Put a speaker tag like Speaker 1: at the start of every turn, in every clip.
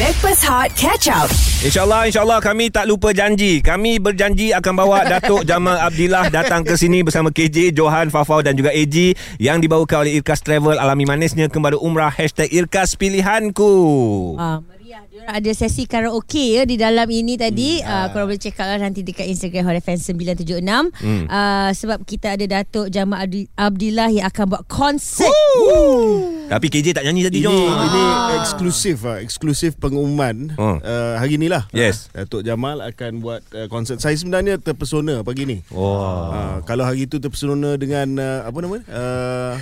Speaker 1: Backpass Hot Catch Up.
Speaker 2: InsyaAllah, insyaAllah kami tak lupa janji. Kami berjanji akan bawa Datuk Jamal Abdillah datang ke sini bersama KJ, Johan, Fafau dan juga AJ yang dibawakan oleh Irkas Travel. Alami manisnya kembali umrah. Hashtag Irkas Pilihanku.
Speaker 3: Ah, meriah. Diorang ada sesi karaoke ya di dalam ini tadi. Hmm, ah. korang boleh check out lah nanti dekat Instagram Hot FM 976. Hmm. Ah, sebab kita ada Datuk Jamal Abdi- Abdillah yang akan buat konsert. Woo.
Speaker 2: Tapi KJ tak nyanyi tadi,
Speaker 4: Ini,
Speaker 2: Jom.
Speaker 4: ini eksklusif ah, eksklusif pengumuman
Speaker 2: Oh.
Speaker 4: uh, hari ni lah.
Speaker 2: Yes.
Speaker 4: Ah, Datuk Jamal akan buat uh, konsert. Saya sebenarnya terpesona pagi ni.
Speaker 2: Wah.
Speaker 4: Uh, kalau hari tu terpesona dengan uh, apa nama? Uh,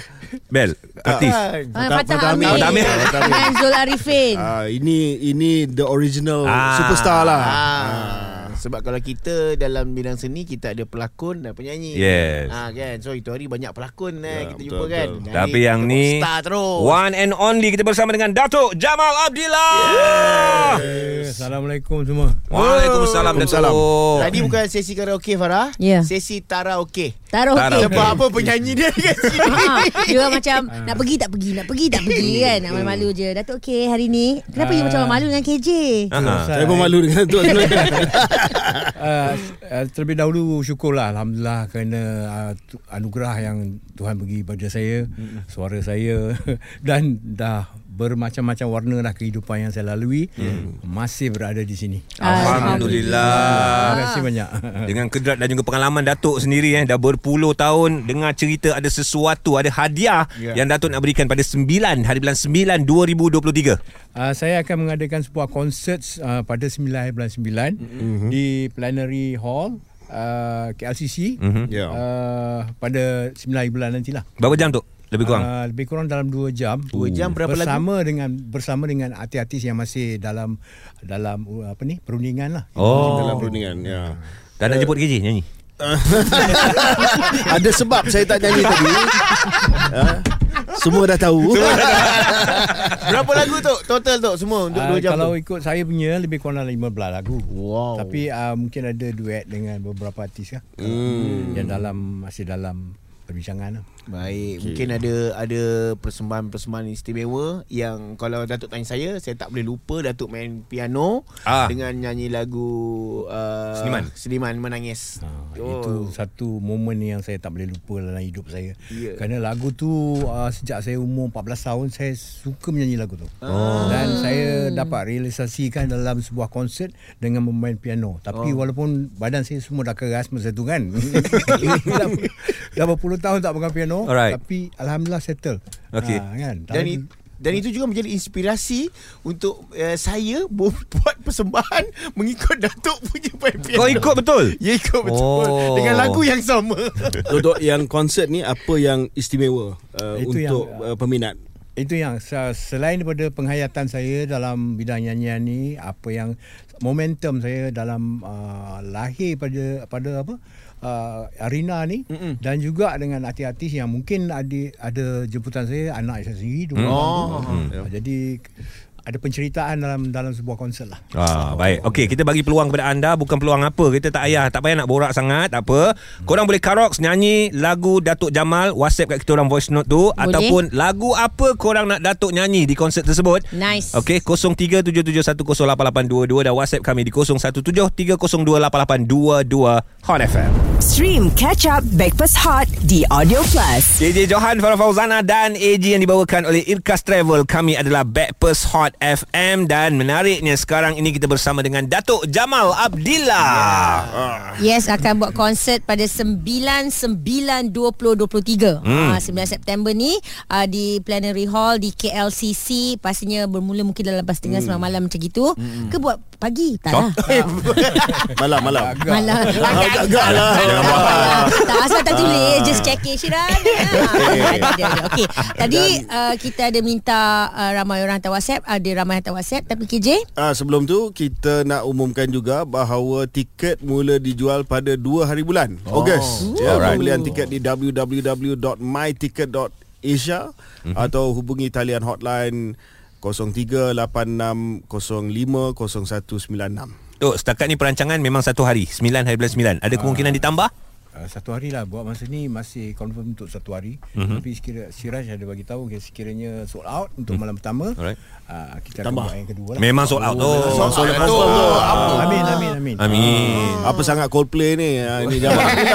Speaker 2: Bel, artis.
Speaker 3: Ah, Fatah Amir.
Speaker 2: Fatah Amir.
Speaker 4: Fatah Amir.
Speaker 3: Dan Zul Arifin.
Speaker 4: Ah, ini ini the original
Speaker 2: Ah.
Speaker 4: superstar lah.
Speaker 5: Ah. Sebab kalau kita dalam bidang seni kita ada pelakon dan penyanyi.
Speaker 2: Yes.
Speaker 5: Ha kan. So itu hari banyak pelakon
Speaker 4: Ya,
Speaker 5: eh kita
Speaker 4: betul,
Speaker 5: jumpa kan.
Speaker 4: betul.
Speaker 5: Dan
Speaker 2: Tapi
Speaker 5: kita
Speaker 2: yang ni
Speaker 5: star terus.
Speaker 2: One and only Kita bersama dengan Datuk Jamal Abdillah
Speaker 6: Assalamualaikum semua.
Speaker 2: Waalaikumsalam
Speaker 4: Waalaikumsalam.
Speaker 2: Datuk
Speaker 5: Tadi bukan sesi karaoke Farah,
Speaker 3: Ya.
Speaker 5: sesi taraoke.
Speaker 3: Taruh
Speaker 2: Taruh.
Speaker 3: okey.
Speaker 5: Sebab apa penyanyi dia kat sini?
Speaker 3: Ha, dia orang macam nak pergi tak pergi, nak pergi tak pergi kan. Nak malu-malu je. Datuk okey hari ni. Kenapa you
Speaker 6: Ah.
Speaker 3: macam malu dengan KJ?
Speaker 2: Ah.
Speaker 4: Saya pun malu dengan Datuk sebenarnya.
Speaker 6: Uh, uh, terlebih dahulu syukurlah alhamdulillah kerana uh, tu- anugerah yang Tuhan bagi pada saya, suara saya dan dah bermacam-macam warna lah kehidupan yang saya lalui masih berada di sini.
Speaker 2: Alhamdulillah
Speaker 6: Terima kasih banyak.
Speaker 2: Dengan kedrat dan juga pengalaman Datuk sendiri eh Dah berpuluh tahun Dengar cerita ada sesuatu Ada hadiah yeah.
Speaker 6: Ya.
Speaker 2: Yang Datuk nak berikan pada 9 Hari bulan 9 2023
Speaker 6: Uh, saya akan mengadakan sebuah konsert uh, pada 9 hari bulan 9 di Plenary Hall uh, KLCC mm-hmm.
Speaker 4: Ya.
Speaker 6: uh, pada 9 hari bulan nantilah.
Speaker 2: Mhm. Berapa jam tu? Lebih kurang
Speaker 6: Uh, lebih kurang dalam 2 jam. 2
Speaker 5: Dua jam, berapa
Speaker 6: bersama lagu? dengan bersama dengan artis-artis yang masih dalam dalam uh, apa ni perundingan lah.
Speaker 2: Oh
Speaker 4: Dalam perundingan. Ya.
Speaker 2: Tak nak jemput KJ nyanyi
Speaker 4: Ada sebab saya tak nyanyi tadi. Ah, Semua dah tahu.
Speaker 5: Berapa lagu tu? Total tu semua untuk
Speaker 6: Uh,
Speaker 5: 2 jam.
Speaker 6: kalau
Speaker 5: tu.
Speaker 6: ikut saya punya lebih kurang dalam 15 lagu.
Speaker 5: Wow.
Speaker 6: Tapi uh, mungkin ada duet dengan beberapa artis lah. Hmm. Yang dalam masih dalam perbincangan lah.
Speaker 5: Baik, okay. mungkin ada ada persembahan-persembahan istimewa yang kalau Datuk tanya saya, saya tak boleh lupa Datuk main piano
Speaker 2: Ah.
Speaker 5: dengan nyanyi lagu uh,
Speaker 2: Seniman. Ah,
Speaker 5: Seniman menangis.
Speaker 6: Ha, oh. Itu satu momen yang saya tak boleh lupa dalam hidup saya.
Speaker 5: Ya.
Speaker 6: Kerana lagu tu uh, sejak saya umur 14 tahun saya suka menyanyi lagu tu. Oh. Dan saya dapat realisasikan dalam sebuah konsert dengan bermain piano. Tapi oh. walaupun badan saya semua dah keras masa tu kan. dah, dah berpuluh tahun tak pegang piano
Speaker 2: Alright.
Speaker 6: tapi alhamdulillah settle.
Speaker 2: Okey.
Speaker 6: Ha, kan?
Speaker 5: Dan i- dan itu juga menjadi inspirasi untuk uh, saya buat persembahan mengikut Datuk punya main piano.
Speaker 2: Kau ikut betul?
Speaker 5: Ya ikut betul
Speaker 2: Oh.
Speaker 5: oh. Dengan lagu yang sama
Speaker 4: Untuk yang konsert ni apa yang istimewa uh,
Speaker 6: Itu
Speaker 4: untuk
Speaker 6: yang-
Speaker 4: uh, peminat?
Speaker 6: Itu yang se- selain daripada penghayatan saya dalam bidang nyanyian ni apa yang momentum saya dalam uh, lahir pada pada apa uh, arena ni Mm-mm. dan juga dengan artis-artis yang mungkin ada ada jemputan saya anak saya sendiri dua orang tu. Uh, Jadi ada penceritaan dalam dalam sebuah konsert lah.
Speaker 2: Ah, baik. Okey, kita bagi peluang kepada anda bukan peluang apa. Kita tak payah tak payah nak borak sangat, tak apa. Korang boleh karoks nyanyi lagu Datuk Jamal, WhatsApp kat kita orang voice note tu boleh. ataupun lagu apa korang nak Datuk nyanyi di konsert tersebut.
Speaker 3: Nice.
Speaker 2: Okey, 0377108822 dan WhatsApp kami di 0173028822 Hot FM.
Speaker 1: Stream Catch Up Backpass Hot di Audio Plus.
Speaker 2: JJ Johan, Farah Fauzana dan AG yang dibawakan oleh Irkas Travel. Kami adalah Backpers Hot FM dan menariknya sekarang ini kita bersama dengan Datuk Jamal Abdillah.
Speaker 4: Ya.
Speaker 2: Ah.
Speaker 3: Yes akan buat konsert pada 9 9 2023. Hmm. 9 September ni uh, di Plenary Hall di KLCC pastinya bermula mungkin dalam pas tengah hmm. malam macam gitu hmm. ke buat pagi tak lah.
Speaker 4: Malam malam.
Speaker 3: Malam.
Speaker 4: Agak-agak lah.
Speaker 3: Tak apalah. Tak asal tak tulis Just check it Syirah ya. Ah, Ada ada ada Okey Tadi uh, kita ada minta uh, Ramai orang hantar whatsapp Ada ramai hantar whatsapp Tapi KJ
Speaker 4: Ah, sebelum tu kita nak umumkan juga bahawa tiket mula dijual pada 2 hari bulan oh. Ogos. Ya,
Speaker 2: Alright.
Speaker 4: pembelian tiket di www.myticket.asia mm-hmm. atau hubungi talian hotline 0386050196.
Speaker 2: Tok, setakat ni perancangan memang satu hari 9 hari bulan 9 Ada kemungkinan ditambah?
Speaker 6: Uh, satu hari lah buat masa ni masih confirm untuk satu hari mm-hmm. tapi sekira Siraj ada bagi tahu sekiranya sold out untuk malam pertama
Speaker 2: Alright.
Speaker 6: uh, kita akan buat yang kedua lah
Speaker 2: Memang sold out tu.
Speaker 4: Memang sold out tu.
Speaker 6: Ah, amin amin amin
Speaker 2: Amin.
Speaker 4: Apa sangat Coldplay ni Ah, Ini jamak kita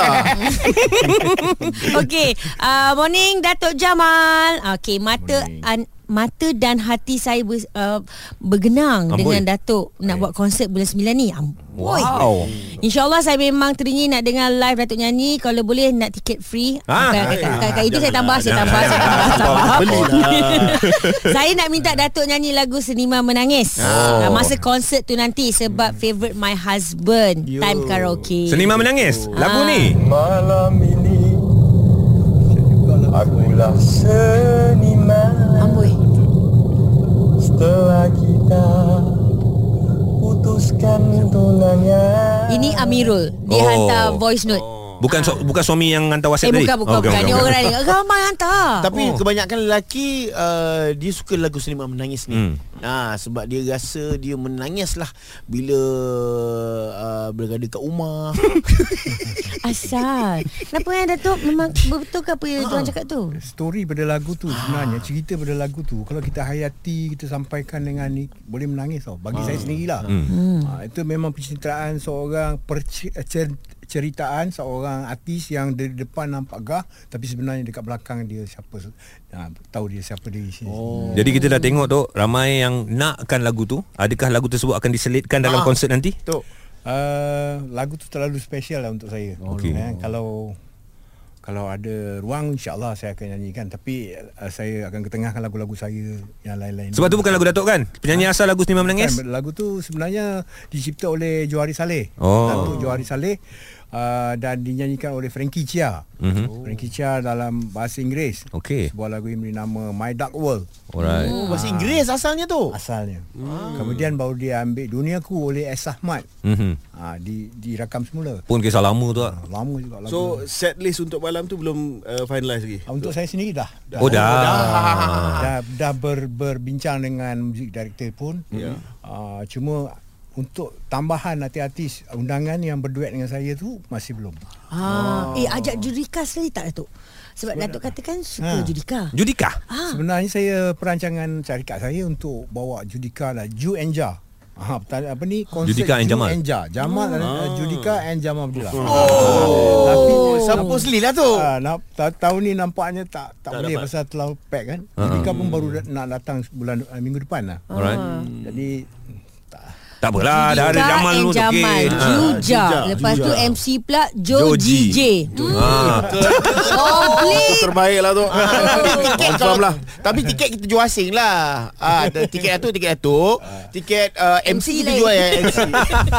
Speaker 3: Okey, uh, morning Datuk Jamal. Okey, mata
Speaker 6: Morning.
Speaker 3: an, mata dan hati saya ber, uh, bergenang
Speaker 2: Amboi. Eh.
Speaker 3: Amboi. dengan Datuk nak buat konsert bulan 9 ni. Amboi.
Speaker 2: Wow.
Speaker 3: InsyaAllah saya memang teringin nak dengar live Datuk nyanyi. Kalau boleh nak tiket free.
Speaker 2: Ah,
Speaker 3: Ah, kat, kat, kat, kat itu saya tambah, saya tambah, saya tambah.
Speaker 2: Janganlah.
Speaker 3: Saya nak minta Datuk nyanyi lagu Seniman Menangis.
Speaker 2: Oh. Hmm.
Speaker 3: Oh. Masa konsert tu nanti sebab favorite my husband time karaoke.
Speaker 2: Seniman menangis. Lagu
Speaker 3: Ah.
Speaker 2: ni.
Speaker 7: Malam ini Akulah seniman
Speaker 3: Amboi.
Speaker 7: Setelah kita Putuskan tunangan
Speaker 3: Ini Amirul. Dia
Speaker 2: Oh.
Speaker 3: oh. hantar voice note.
Speaker 2: Bukan su- bukan suami yang hantar
Speaker 3: Ah. Eh
Speaker 2: WhatsApp tadi.
Speaker 3: bukan bukan
Speaker 2: Oh,
Speaker 3: bukan. Ni orang ni ramai hantar.
Speaker 5: Tapi
Speaker 2: Oh.
Speaker 5: oh. kebanyakan lelaki uh, Dia suka lagu Seniman Menangis
Speaker 2: Hmm.
Speaker 5: ni ha, Sebab dia rasa Dia menangis lah Bila uh, Berada kat rumah
Speaker 3: Asal. Kenapa yang Datuk memang betul ke apa yang tuan cakap tu?
Speaker 6: story pada lagu tu
Speaker 2: Ah.
Speaker 6: sebenarnya cerita pada lagu tu kalau kita hayati kita sampaikan dengan ni boleh menangis tau bagi
Speaker 2: Ah.
Speaker 6: saya sendirilah hmm. ha, itu memang pencitraan seorang perci- cer- ceritaan seorang artis yang dari depan nampak gah tapi sebenarnya dekat belakang dia siapa ha, tahu dia siapa diri sendiri oh.
Speaker 2: Jadi kita dah tengok tu ramai yang nakkan lagu tu. Adakah lagu tersebut akan diselitkan dalam
Speaker 5: Ah.
Speaker 2: konsert nanti?
Speaker 5: Tok
Speaker 6: Uh, lagu tu terlalu spesial lah untuk saya.
Speaker 2: Okey.
Speaker 6: Eh, kalau kalau ada ruang insyaallah saya akan nyanyikan tapi uh, saya akan ketengahkan lagu-lagu saya yang lain-lain.
Speaker 2: Sebab tu bukan lagu Datuk kan? Penyanyi asal lagu Seniman Menangis?
Speaker 6: Kan, lagu tu sebenarnya dicipta oleh Johari Saleh.
Speaker 2: Oh.
Speaker 6: Datuk Johari Saleh uh, dan dinyanyikan oleh Frankie Chia.
Speaker 2: Mhm.
Speaker 6: Oh. Frankie Chia dalam bahasa Inggeris.
Speaker 2: Okey.
Speaker 6: Sebuah lagu yang beri nama My Dark World
Speaker 2: Alright.
Speaker 4: Ah.
Speaker 5: oh, Bahasa Inggeris asalnya tu
Speaker 6: asalnya. Hmm. Kemudian baru dia ambil Duniaku oleh S Ahmad.
Speaker 2: Mhm.
Speaker 6: Ha, di dirakam semula. Ah,
Speaker 2: Pun kisah lama tu lah.
Speaker 6: Lama juga lagu.
Speaker 4: So set list untuk malam tu Belum uh, finalize lagi
Speaker 6: Ah, Untuk saya sendiri dah. dah.
Speaker 2: Oh dah. Ah.
Speaker 6: Dah, dah ber, berbincang dengan music director pun.
Speaker 2: Ya.
Speaker 6: Yeah. Uh, cuma untuk tambahan artis-artis undangan yang berduet dengan saya tu masih belum.
Speaker 3: Ah. Eh ajak Judika sekali tak Datuk? Sebab Datuk katakan suka
Speaker 6: Ha.
Speaker 3: Judika.
Speaker 2: Judika.
Speaker 6: Ah. Sebenarnya saya perancangan carikat saya untuk bawa Judika lah, Ju and Ja. Ha, pertanda- apa ni konsep
Speaker 2: Judika and
Speaker 6: Ju
Speaker 2: Jamal.
Speaker 6: and Ja. Jamal dan ah. Judika and Jamal Abdullah. Oh. Tapi
Speaker 5: Supposedly lah tu
Speaker 6: Ah, nak, ta- tahun ni nampaknya tak tak, boleh
Speaker 4: dapat.
Speaker 6: pasal terlalu pack kan.
Speaker 2: Ah.
Speaker 6: Judika pun baru da- nak datang bulan uh, minggu depan lah.
Speaker 2: Alright.
Speaker 6: Jadi
Speaker 2: Tak apalah dah ada
Speaker 3: Oh. Judika
Speaker 2: Jamal
Speaker 3: and
Speaker 2: tu
Speaker 3: Jamal.
Speaker 2: okey.
Speaker 3: Ah,
Speaker 2: Ah.
Speaker 3: Juja. Lepas tu MC pula Joji Oh, J.
Speaker 2: Ha. Ha.
Speaker 4: Itu terbaik lah tu
Speaker 5: Ah, tiket
Speaker 4: Confirm
Speaker 5: kalau
Speaker 4: lah
Speaker 5: Tapi tiket kita jual asing lah ah, ada Tiket Datuk Tiket Datuk
Speaker 4: Ah.
Speaker 5: Tiket uh, MC,
Speaker 3: MC
Speaker 5: kita
Speaker 3: lain.
Speaker 5: jual ya MC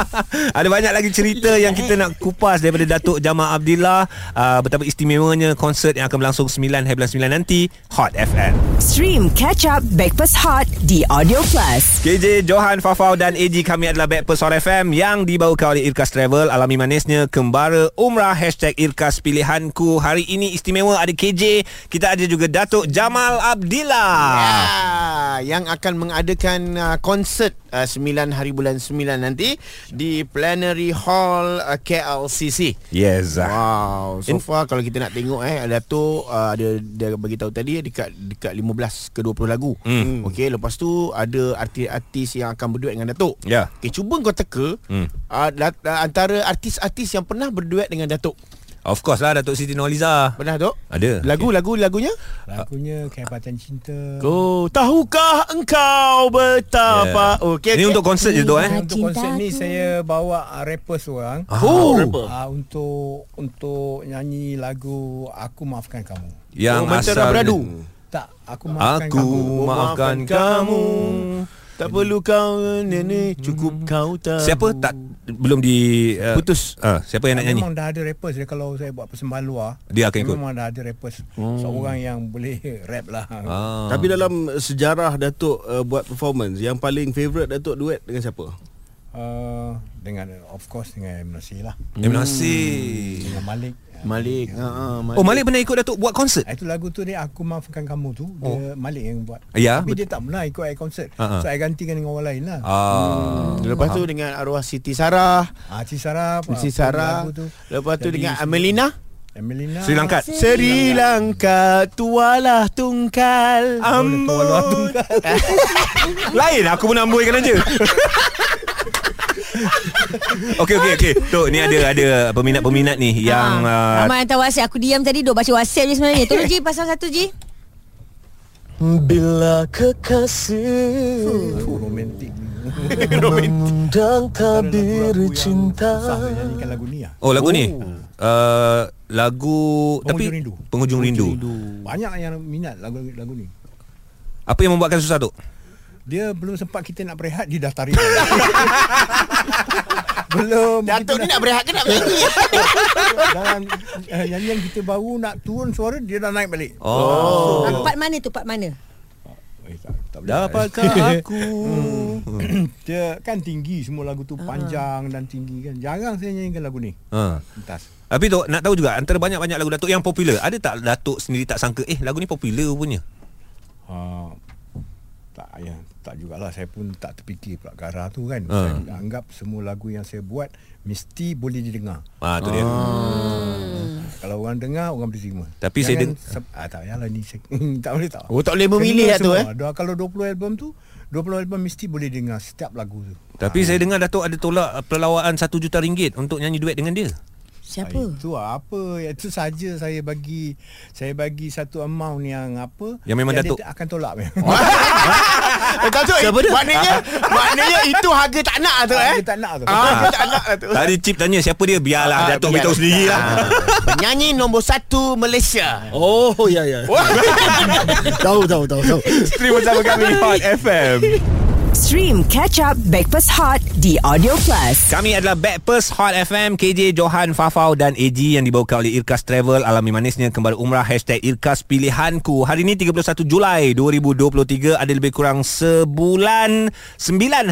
Speaker 2: Ada banyak lagi cerita yang kita nak kupas daripada Datuk Jamal Abdillah uh, betapa istimewanya konsert yang akan berlangsung 9 hari bulan 9 nanti Hot FM.
Speaker 1: Stream Catch Up Backpass Hot di Audio Plus.
Speaker 2: KJ, Johan, Fafau dan AG kami adalah Backpers Hot FM yang dibawakan oleh Irkas Travel. Alami manisnya kembara umrah hashtag Irkas Pilihanku. Hari ini istimewa ada KJ, kita ada juga Datuk Jamal Abdillah.
Speaker 5: Ah, yang akan mengadakan uh, konsert uh, 9 hari bulan 9 nanti di Plenary Hall uh, KLCC.
Speaker 2: Yes. ah.
Speaker 5: Wow, so far kalau kita nak tengok eh Dato uh, ada dia bagi tahu tadi dekat dekat 15 ke 20 lagu.
Speaker 2: Hmm.
Speaker 5: Okey, lepas tu ada artis-artis yang akan berduet dengan Datuk.
Speaker 2: Ya.
Speaker 5: Okey, cuba kau teka
Speaker 2: Hmm.
Speaker 5: hmm. uh, dat- uh, antara artis-artis yang pernah berduet dengan Datuk.
Speaker 2: Of course lah Datuk Siti Nurhaliza.
Speaker 5: Pernah Datuk?
Speaker 2: Ada.
Speaker 5: Lagu-lagu lagunya?
Speaker 6: Lagunya Kehebatan Cinta.
Speaker 5: Kau tahukah engkau betapa
Speaker 2: Yeah.
Speaker 5: Okey.
Speaker 2: Ya. Ini
Speaker 5: okey.
Speaker 2: untuk konsert je tu eh.
Speaker 6: Yang untuk konsep ni
Speaker 3: Cintaku.
Speaker 6: saya bawa ah, rapper seorang.
Speaker 5: Oh,
Speaker 6: Ah, untuk untuk nyanyi lagu Aku Maafkan Kamu.
Speaker 2: Yang
Speaker 5: Oh, macam
Speaker 2: asal
Speaker 5: dah beradu.
Speaker 6: Tak, aku maafkan
Speaker 2: Aku
Speaker 6: kamu.
Speaker 2: maafkan kamu.
Speaker 5: Tak perlu kau nenek Cukup kau tahu
Speaker 2: Hmm. Siapa tak belum di uh, putus? Uh, siapa yang nak nyanyi?
Speaker 6: Memang dah ada rapper dia kalau saya buat persembahan luar.
Speaker 2: Dia akan ikut.
Speaker 6: Memang dah ada rapper hmm. seorang yang boleh rap lah.
Speaker 2: Ah.
Speaker 4: Tapi dalam sejarah Datuk uh, buat performance Yang paling favourite Datuk duet dengan siapa?
Speaker 6: uh, dengan of course dengan M Nasir lah.
Speaker 2: Terima kasih.
Speaker 6: Dengan Malik.
Speaker 5: Malik. Ha, ha, Malik.
Speaker 2: Oh Malik pernah ikut Datuk buat konsert?
Speaker 6: Ah, Itu lagu tu dia aku maafkan kamu tu oh. dia Malik yang buat.
Speaker 2: Ya,
Speaker 6: Tapi dia tak pernah ikut air konsert.
Speaker 2: Ha, ha.
Speaker 6: Uh-huh. So I gantikan dengan orang lain lah. Uh.
Speaker 2: Ah.
Speaker 5: Hmm. Lepas tu dengan arwah Siti Sarah,
Speaker 6: Ah, Cisara,
Speaker 5: Siti Sarah.
Speaker 6: Lagu tu.
Speaker 5: Lepas tu
Speaker 6: Jadi
Speaker 5: dengan
Speaker 6: Sri-
Speaker 5: Amelina.
Speaker 6: Emelina.
Speaker 2: Sri Lanka.
Speaker 5: Sri Lanka tualah tungkal ambon.
Speaker 2: Lain aku menambuikan aja. Okey okey okey. Tok ni ada ada peminat-peminat ni yang uh,
Speaker 3: ha. Ramai hantar WhatsApp Aku diam tadi Duk baca WhatsApp je sebenarnya Tolong Ji pasal satu Ji
Speaker 7: Bila kekasih
Speaker 6: Lagu Oh, romantik.
Speaker 7: Mengundang tabir
Speaker 6: Lagu-lagu yang
Speaker 7: cinta
Speaker 6: Susah nak nyanyikan lagu ni lah.
Speaker 2: Oh lagu ni. Uh, lagu
Speaker 6: Penghujung
Speaker 2: tapi
Speaker 6: Rindu.
Speaker 2: Penghujung Rindu.
Speaker 6: Banyak yang minat lagu lagu ni.
Speaker 2: Apa yang membuatkan susah tu?
Speaker 6: Dia belum sempat kita nak berehat Dia dah tarik Belum
Speaker 5: Datuk ni nak berehat ke nak menyanyi?
Speaker 6: Dalam uh, nyanyian kita baru Nak turun suara Dia dah naik balik
Speaker 2: Oh.
Speaker 3: oh. Part mana tu part mana
Speaker 6: eh, tak, tak boleh.
Speaker 2: Dapatkah aku?
Speaker 6: Dia kan tinggi Semua lagu tu panjang Dan tinggi kan Jarang saya nyanyikan lagu ni
Speaker 2: ha.
Speaker 6: Entas
Speaker 2: Tapi tu nak tahu juga antara banyak-banyak lagu Datuk yang popular, ada tak Datuk sendiri tak sangka eh lagu ni popular punya?
Speaker 6: uh, tak ya tak jugalah saya pun tak terfikir pula ke arah tu kan
Speaker 2: Ah.
Speaker 6: saya anggap semua lagu yang saya buat mesti boleh didengar
Speaker 2: Ha tu dia.
Speaker 6: kalau orang dengar orang boleh terima
Speaker 2: Tapi saya deng-
Speaker 6: sep- ah, tak payahlah ni saya, tak boleh tak
Speaker 5: Oh, tak boleh memilih lah tu, eh?
Speaker 6: Dua, kalau 20 album tu 20 album mesti boleh dengar setiap lagu tu Ah,
Speaker 2: Tapi
Speaker 5: Ah.
Speaker 2: saya dengar Datuk ada tolak uh, perlawaan 1 juta ringgit untuk nyanyi duet dengan dia.
Speaker 3: Siapa
Speaker 6: Ah, Itu lah, apa Itu saja saya bagi Saya bagi satu amount yang apa
Speaker 2: Yang memang Datuk-
Speaker 6: dia akan tolak memang.
Speaker 5: Eh, Datuk, maknanya maknanya itu harga tak nak tu eh.
Speaker 6: Dia tak nak tu
Speaker 2: Ah,
Speaker 5: Harga tak nak lah tu.
Speaker 2: Tadi Cip tanya siapa dia Biarlah
Speaker 5: Ah,
Speaker 2: Datuk
Speaker 5: biar.
Speaker 2: beritahu sendiri lah
Speaker 5: Ah. Penyanyi nombor satu Malaysia.
Speaker 4: Oh ya ya. tahu tahu tahu tahu.
Speaker 5: Terima kasih kami Hot FM.
Speaker 1: Stream Catch Up Backpass Hot di Audio Plus.
Speaker 2: Kami adalah Backpers Hot FM KJ Johan Fafau dan AG Yang dibawakan oleh Irkas Travel Alami manisnya Kembali Umrah Hashtag Irkas Pilihanku Hari ini 31 Julai 2023 Ada lebih kurang sebulan 9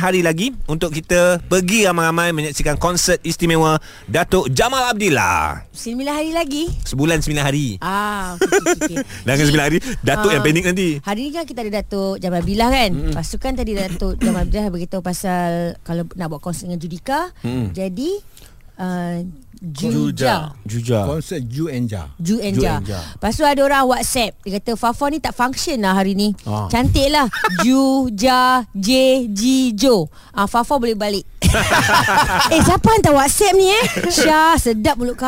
Speaker 2: hari lagi Untuk kita pergi ramai-ramai Menyaksikan konsert istimewa Datuk Jamal Abdillah
Speaker 3: 9 hari lagi
Speaker 2: Sebulan 9 hari
Speaker 3: Ah, okay, okay, okay.
Speaker 2: Dan kan 9 hari Datuk
Speaker 3: Ah.
Speaker 2: yang panik nanti
Speaker 3: Hari ni kan kita ada Datuk Jamal Bilah kan mm. Lepas tu kan tadi Datuk Jamal Bilah beritahu pasal Kalau nak buat konsert dengan Judika mm. Jadi uh, Juja
Speaker 2: Ah.
Speaker 5: Juja.
Speaker 6: Konsert Ju and Ja
Speaker 3: Ju and Ja Lepas tu ada orang whatsapp Dia kata Fafa ni tak function lah hari ni ah. Cantik lah Ju, Ja, J, G, Jo ah, Fafa boleh balik Eh siapa hantar whatsapp ni eh Syah sedap mulut kau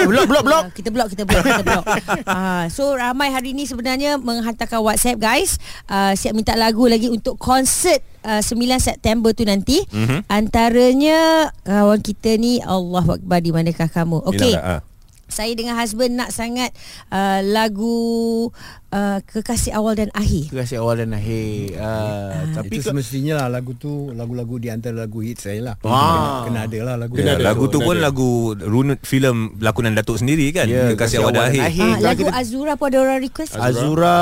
Speaker 5: Eh, blok, blok, blok.
Speaker 3: Ah, Kita blok, kita blok, kita blok ah, So ramai hari ni sebenarnya Menghantarkan whatsapp guys ah, Siap minta lagu lagi untuk konsert Uh, 9 September tu nanti mm-hmm. Antaranya Kawan kita ni Allah Akbar di manakah kamu Okey
Speaker 2: Yelah, ah.
Speaker 3: saya dengan husband nak sangat uh, lagu uh, Kekasih Awal dan Akhir.
Speaker 5: Terima kasih awal dan akhir. Ah,
Speaker 6: Tapi
Speaker 5: Tapi
Speaker 6: itu semestinya lah lagu tu lagu-lagu di antara lagu hit saya lah.
Speaker 5: Ah.
Speaker 6: Kena ada lah lagu.
Speaker 2: Ya,
Speaker 6: tu.
Speaker 2: lagu tu pun lagu runut filem lakonan Datuk sendiri kan.
Speaker 5: Ya,
Speaker 2: Yeah, Kasih awal dan akhir.
Speaker 3: Ah,
Speaker 5: Kalau
Speaker 3: lagu
Speaker 5: kita-
Speaker 3: Azura pun ada orang request.
Speaker 5: Azura.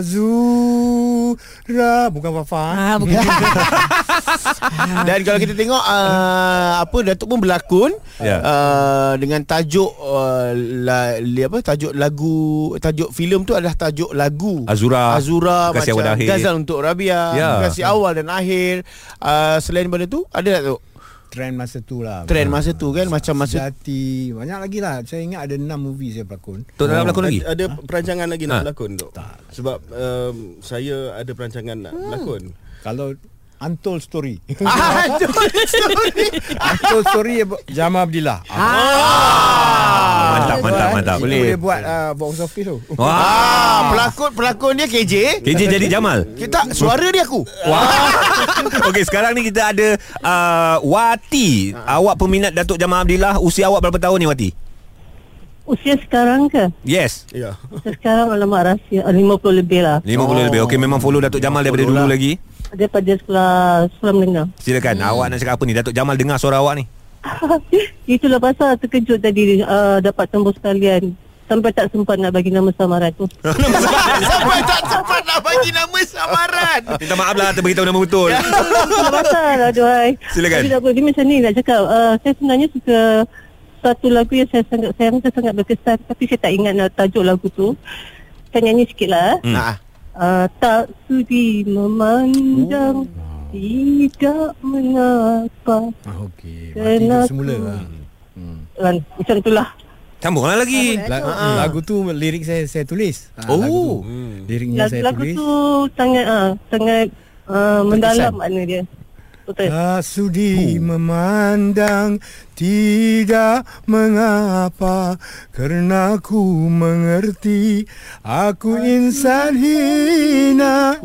Speaker 6: Azura bukan Fafa. eh?
Speaker 3: Ah, bukan.
Speaker 2: Ah.
Speaker 5: Dan kalau kita tengok uh, apa Datuk pun berlakon
Speaker 2: Ya.
Speaker 5: uh, dengan tajuk uh, la, li, apa tajuk lagu tajuk filem tu adalah tajuk lagu
Speaker 2: Azura.
Speaker 5: Azura
Speaker 2: Kasih Awal
Speaker 5: macam
Speaker 2: dan Akhir.
Speaker 5: Gazal untuk Rabia
Speaker 2: Ya.
Speaker 5: Kasih awal dan akhir uh, selain daripada tu ada tak tu
Speaker 6: Trend masa tu lah.
Speaker 5: trend masa tu kan macam masa
Speaker 6: Sejati Banyak lagi lah Saya ingat ada 6 movie saya berlakon
Speaker 2: Tok dalam berlakon lagi.
Speaker 4: Ada perancangan lagi nak
Speaker 2: Ha.
Speaker 4: berlakon tu. Sebab um, saya ada perancangan nak
Speaker 5: Hmm.
Speaker 4: berlakon.
Speaker 6: Kalau Untold Story
Speaker 5: Ah, Azura.
Speaker 6: Untold Story Jamal Abdillah
Speaker 2: Ah.
Speaker 5: Ah.
Speaker 2: mantap, mantap, mantap.
Speaker 6: Itu Boleh buat uh, box office tu
Speaker 2: Wah.
Speaker 5: ah pelakon pelakon dia KJ
Speaker 2: KJ jadi Jamal.
Speaker 5: kita suara dia aku
Speaker 2: Wah. Okey, sekarang ni kita ada uh, Wati. Awak peminat Datuk Jamal Abdillah. Usia awak berapa tahun ni Wati?
Speaker 8: Usia sekarang ke?
Speaker 2: Yes.
Speaker 4: Ya.
Speaker 8: Usia sekarang alamak rahsia ah, 50 lebih lah
Speaker 2: 50 oh. lebih. Okey, memang follow Datuk Jamal daripada dulu
Speaker 5: lah.
Speaker 2: lagi.
Speaker 8: Daripada sekolah Sekolah menengah
Speaker 2: Silakan. Awak nak cakap apa ni? Datuk Jamal dengar suara awak ni.
Speaker 8: ah, Itulah pasal terkejut tadi uh, Dapat tembus kalian Sampai tak sempat nak bagi nama samaran tu
Speaker 5: Sampai tak sempat nak bagi nama samaran
Speaker 2: Minta maaf lah terberitahu nama betul
Speaker 8: Tak batal aduhai
Speaker 2: Silakan.
Speaker 8: Tapi tak apa Dia macam ni nak cakap uh, Saya sebenarnya suka Satu lagu yang saya sangat Saya rasa sangat berkesan Tapi saya tak ingat nak tajuk lagu tu Saya nyanyi sikit lah eh.
Speaker 2: Hmm.
Speaker 5: Nah,
Speaker 8: uh, Tak sudi memandang Tidak mengapa
Speaker 6: Ah, Okey. Mati
Speaker 8: Dan
Speaker 6: hidup
Speaker 8: aku-
Speaker 6: semula. ah. Hmm.
Speaker 8: Lan, Macam tu lah
Speaker 2: Sambunglah lagi
Speaker 6: Lagu,
Speaker 5: Ah.
Speaker 6: lagu tu lirik saya saya tulis. Ah, lagu
Speaker 2: Oh.
Speaker 6: tu. Liriknya
Speaker 8: lagu,
Speaker 6: saya
Speaker 8: lagu
Speaker 6: tulis.
Speaker 8: tu sangat uh, Sangat uh, Mendalam makna dia Betul
Speaker 6: Tak sudi memandang tidak mengapa kerana ku mengerti aku insan hina.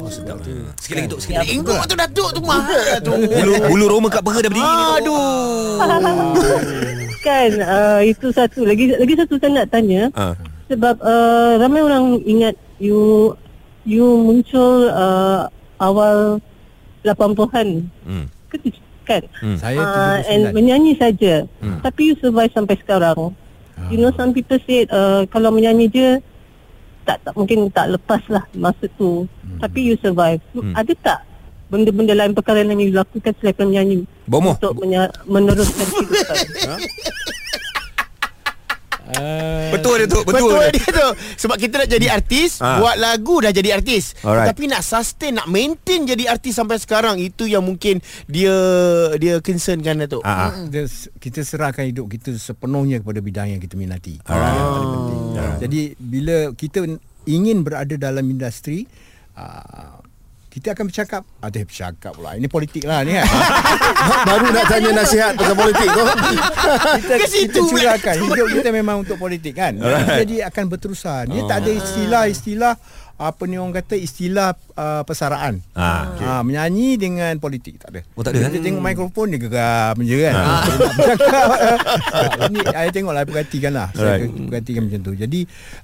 Speaker 2: Sikit lagi Tok Sikit lagi
Speaker 5: Engkau tu datuk tu mahal tu.
Speaker 2: Bulu, bulu Roma kat peha dah berdiri ni, Tok.
Speaker 5: Aduh.
Speaker 8: Kan uh, Itu satu Lagi lagi satu saya nak tanya
Speaker 2: Ah.
Speaker 8: Sebab uh, ramai orang ingat you you muncul uh, awal 80-an.
Speaker 2: Hmm.
Speaker 8: Ke tuj- kan?
Speaker 2: Hmm.
Speaker 6: Saya
Speaker 8: Uh,
Speaker 6: 79.
Speaker 8: and menyanyi saja. Hmm. Ah. Tapi you survive sampai sekarang. You know some people said uh, kalau menyanyi je tak tak mungkin tak lepas lah masa tu. Hmm. Tapi you survive. Hmm. Ada tak benda-benda lain perkara yang you lakukan selain menyanyi
Speaker 2: Bomoh
Speaker 8: untuk menya- meneruskan kehidupan?
Speaker 2: Betul dia Tok Betul,
Speaker 5: Betul,
Speaker 2: dia.
Speaker 5: dia tu Sebab kita nak jadi artis
Speaker 2: Ah.
Speaker 5: ha. Buat lagu dah jadi artis
Speaker 2: Alright.
Speaker 5: Tapi nak sustain Nak maintain jadi artis Sampai sekarang Itu yang mungkin Dia Dia concern kan Datuk
Speaker 2: Ah, ah.
Speaker 6: kita, kita serahkan hidup kita sepenuhnya kepada bidang yang kita minati. Ah,
Speaker 2: Alright.
Speaker 6: Yang paling penting. Jadi bila kita ingin berada dalam industri ah, kita akan bercakap Ada bercakap pula Ini politik lah ni kan
Speaker 4: Baru nak tanya nasihat pasal politik kau.
Speaker 6: kita,
Speaker 5: Ke situ
Speaker 6: kita
Speaker 5: pula.
Speaker 6: curahkan Hidup kita memang untuk politik kan
Speaker 2: Alright.
Speaker 6: Jadi akan berterusan Dia tak ada istilah-istilah Apa ni orang kata Istilah uh, persaraan
Speaker 2: Ah,
Speaker 6: okay. uh, Menyanyi dengan politik Tak ada
Speaker 2: Oh, tak ada,
Speaker 6: Kita
Speaker 2: eh?
Speaker 6: tengok mikrofon dia geram je kan ah. Cakap Ah, Ini saya tengoklah Perhatikan lah Saya
Speaker 2: Alright.
Speaker 6: perhatikan macam tu Jadi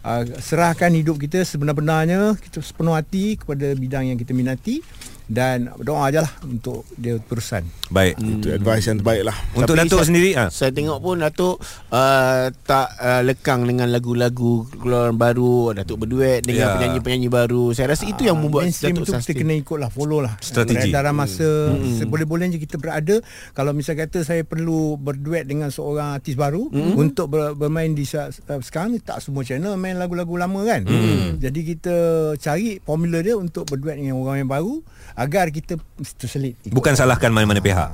Speaker 6: uh, Serahkan hidup kita sebenar-benarnya Kita sepenuh hati Kepada bidang yang kita minati Dan doa je lah Untuk dia terusan
Speaker 2: Baik
Speaker 4: Itu advice yang terbaik lah.
Speaker 2: Untuk
Speaker 5: Tapi
Speaker 2: Datuk
Speaker 5: saya-
Speaker 2: sendiri ah.
Speaker 5: Saya tengok pun Datuk uh, Tak uh, lekang dengan lagu-lagu Keluaran baru Datuk berduet Dengan
Speaker 2: Ya.
Speaker 5: penyanyi-penyanyi baru Saya rasa itu yang
Speaker 6: Ah,
Speaker 5: membuat
Speaker 6: mainstream
Speaker 5: Datuk
Speaker 6: tu kita
Speaker 5: sustain
Speaker 6: kena ikut lah follow lah
Speaker 2: Strategi.
Speaker 6: dalam masa hmm. seboleh-bolehnya kita berada kalau misal kata saya perlu berduet dengan seorang artis baru hmm. untuk ber, bermain di sa- uh, sekarang ni tak semua channel main lagu-lagu lama kan hmm. jadi kita cari formula dia untuk berduet dengan orang yang baru agar kita terselit ikut.
Speaker 2: Bukan salahkan mana-mana pihak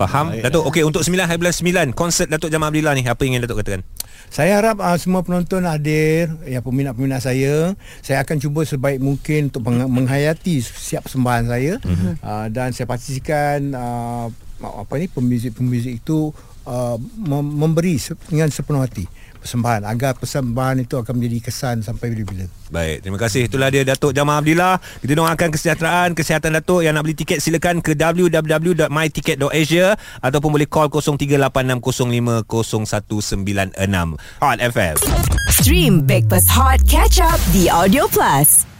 Speaker 2: Faham Datuk Okey untuk 9 hari bulan 9 Konsert Datuk Jamal Abdillah ni Apa yang ingin Datuk katakan
Speaker 6: Saya harap uh, semua penonton hadir, ya peminat-peminat saya. Saya akan cuba sebaik mungkin untuk meng- menghayati setiap sembahan saya mm-hmm. uh, dan saya pastikan uh, apa ni pemuzik-pemuzik itu uh, mem- memberi se- dengan sepenuh hati persembahan agar persembahan itu akan menjadi kesan sampai bila-bila.
Speaker 2: Baik, terima kasih. Itulah dia Datuk Jamal Abdillah. Kita doakan kesejahteraan, kesihatan Datuk. Yang nak beli tiket silakan ke www.myticket.asia ataupun boleh call 0386050196. Hot FM.
Speaker 1: Stream Breakfast Hot Catch Up The Audio Plus.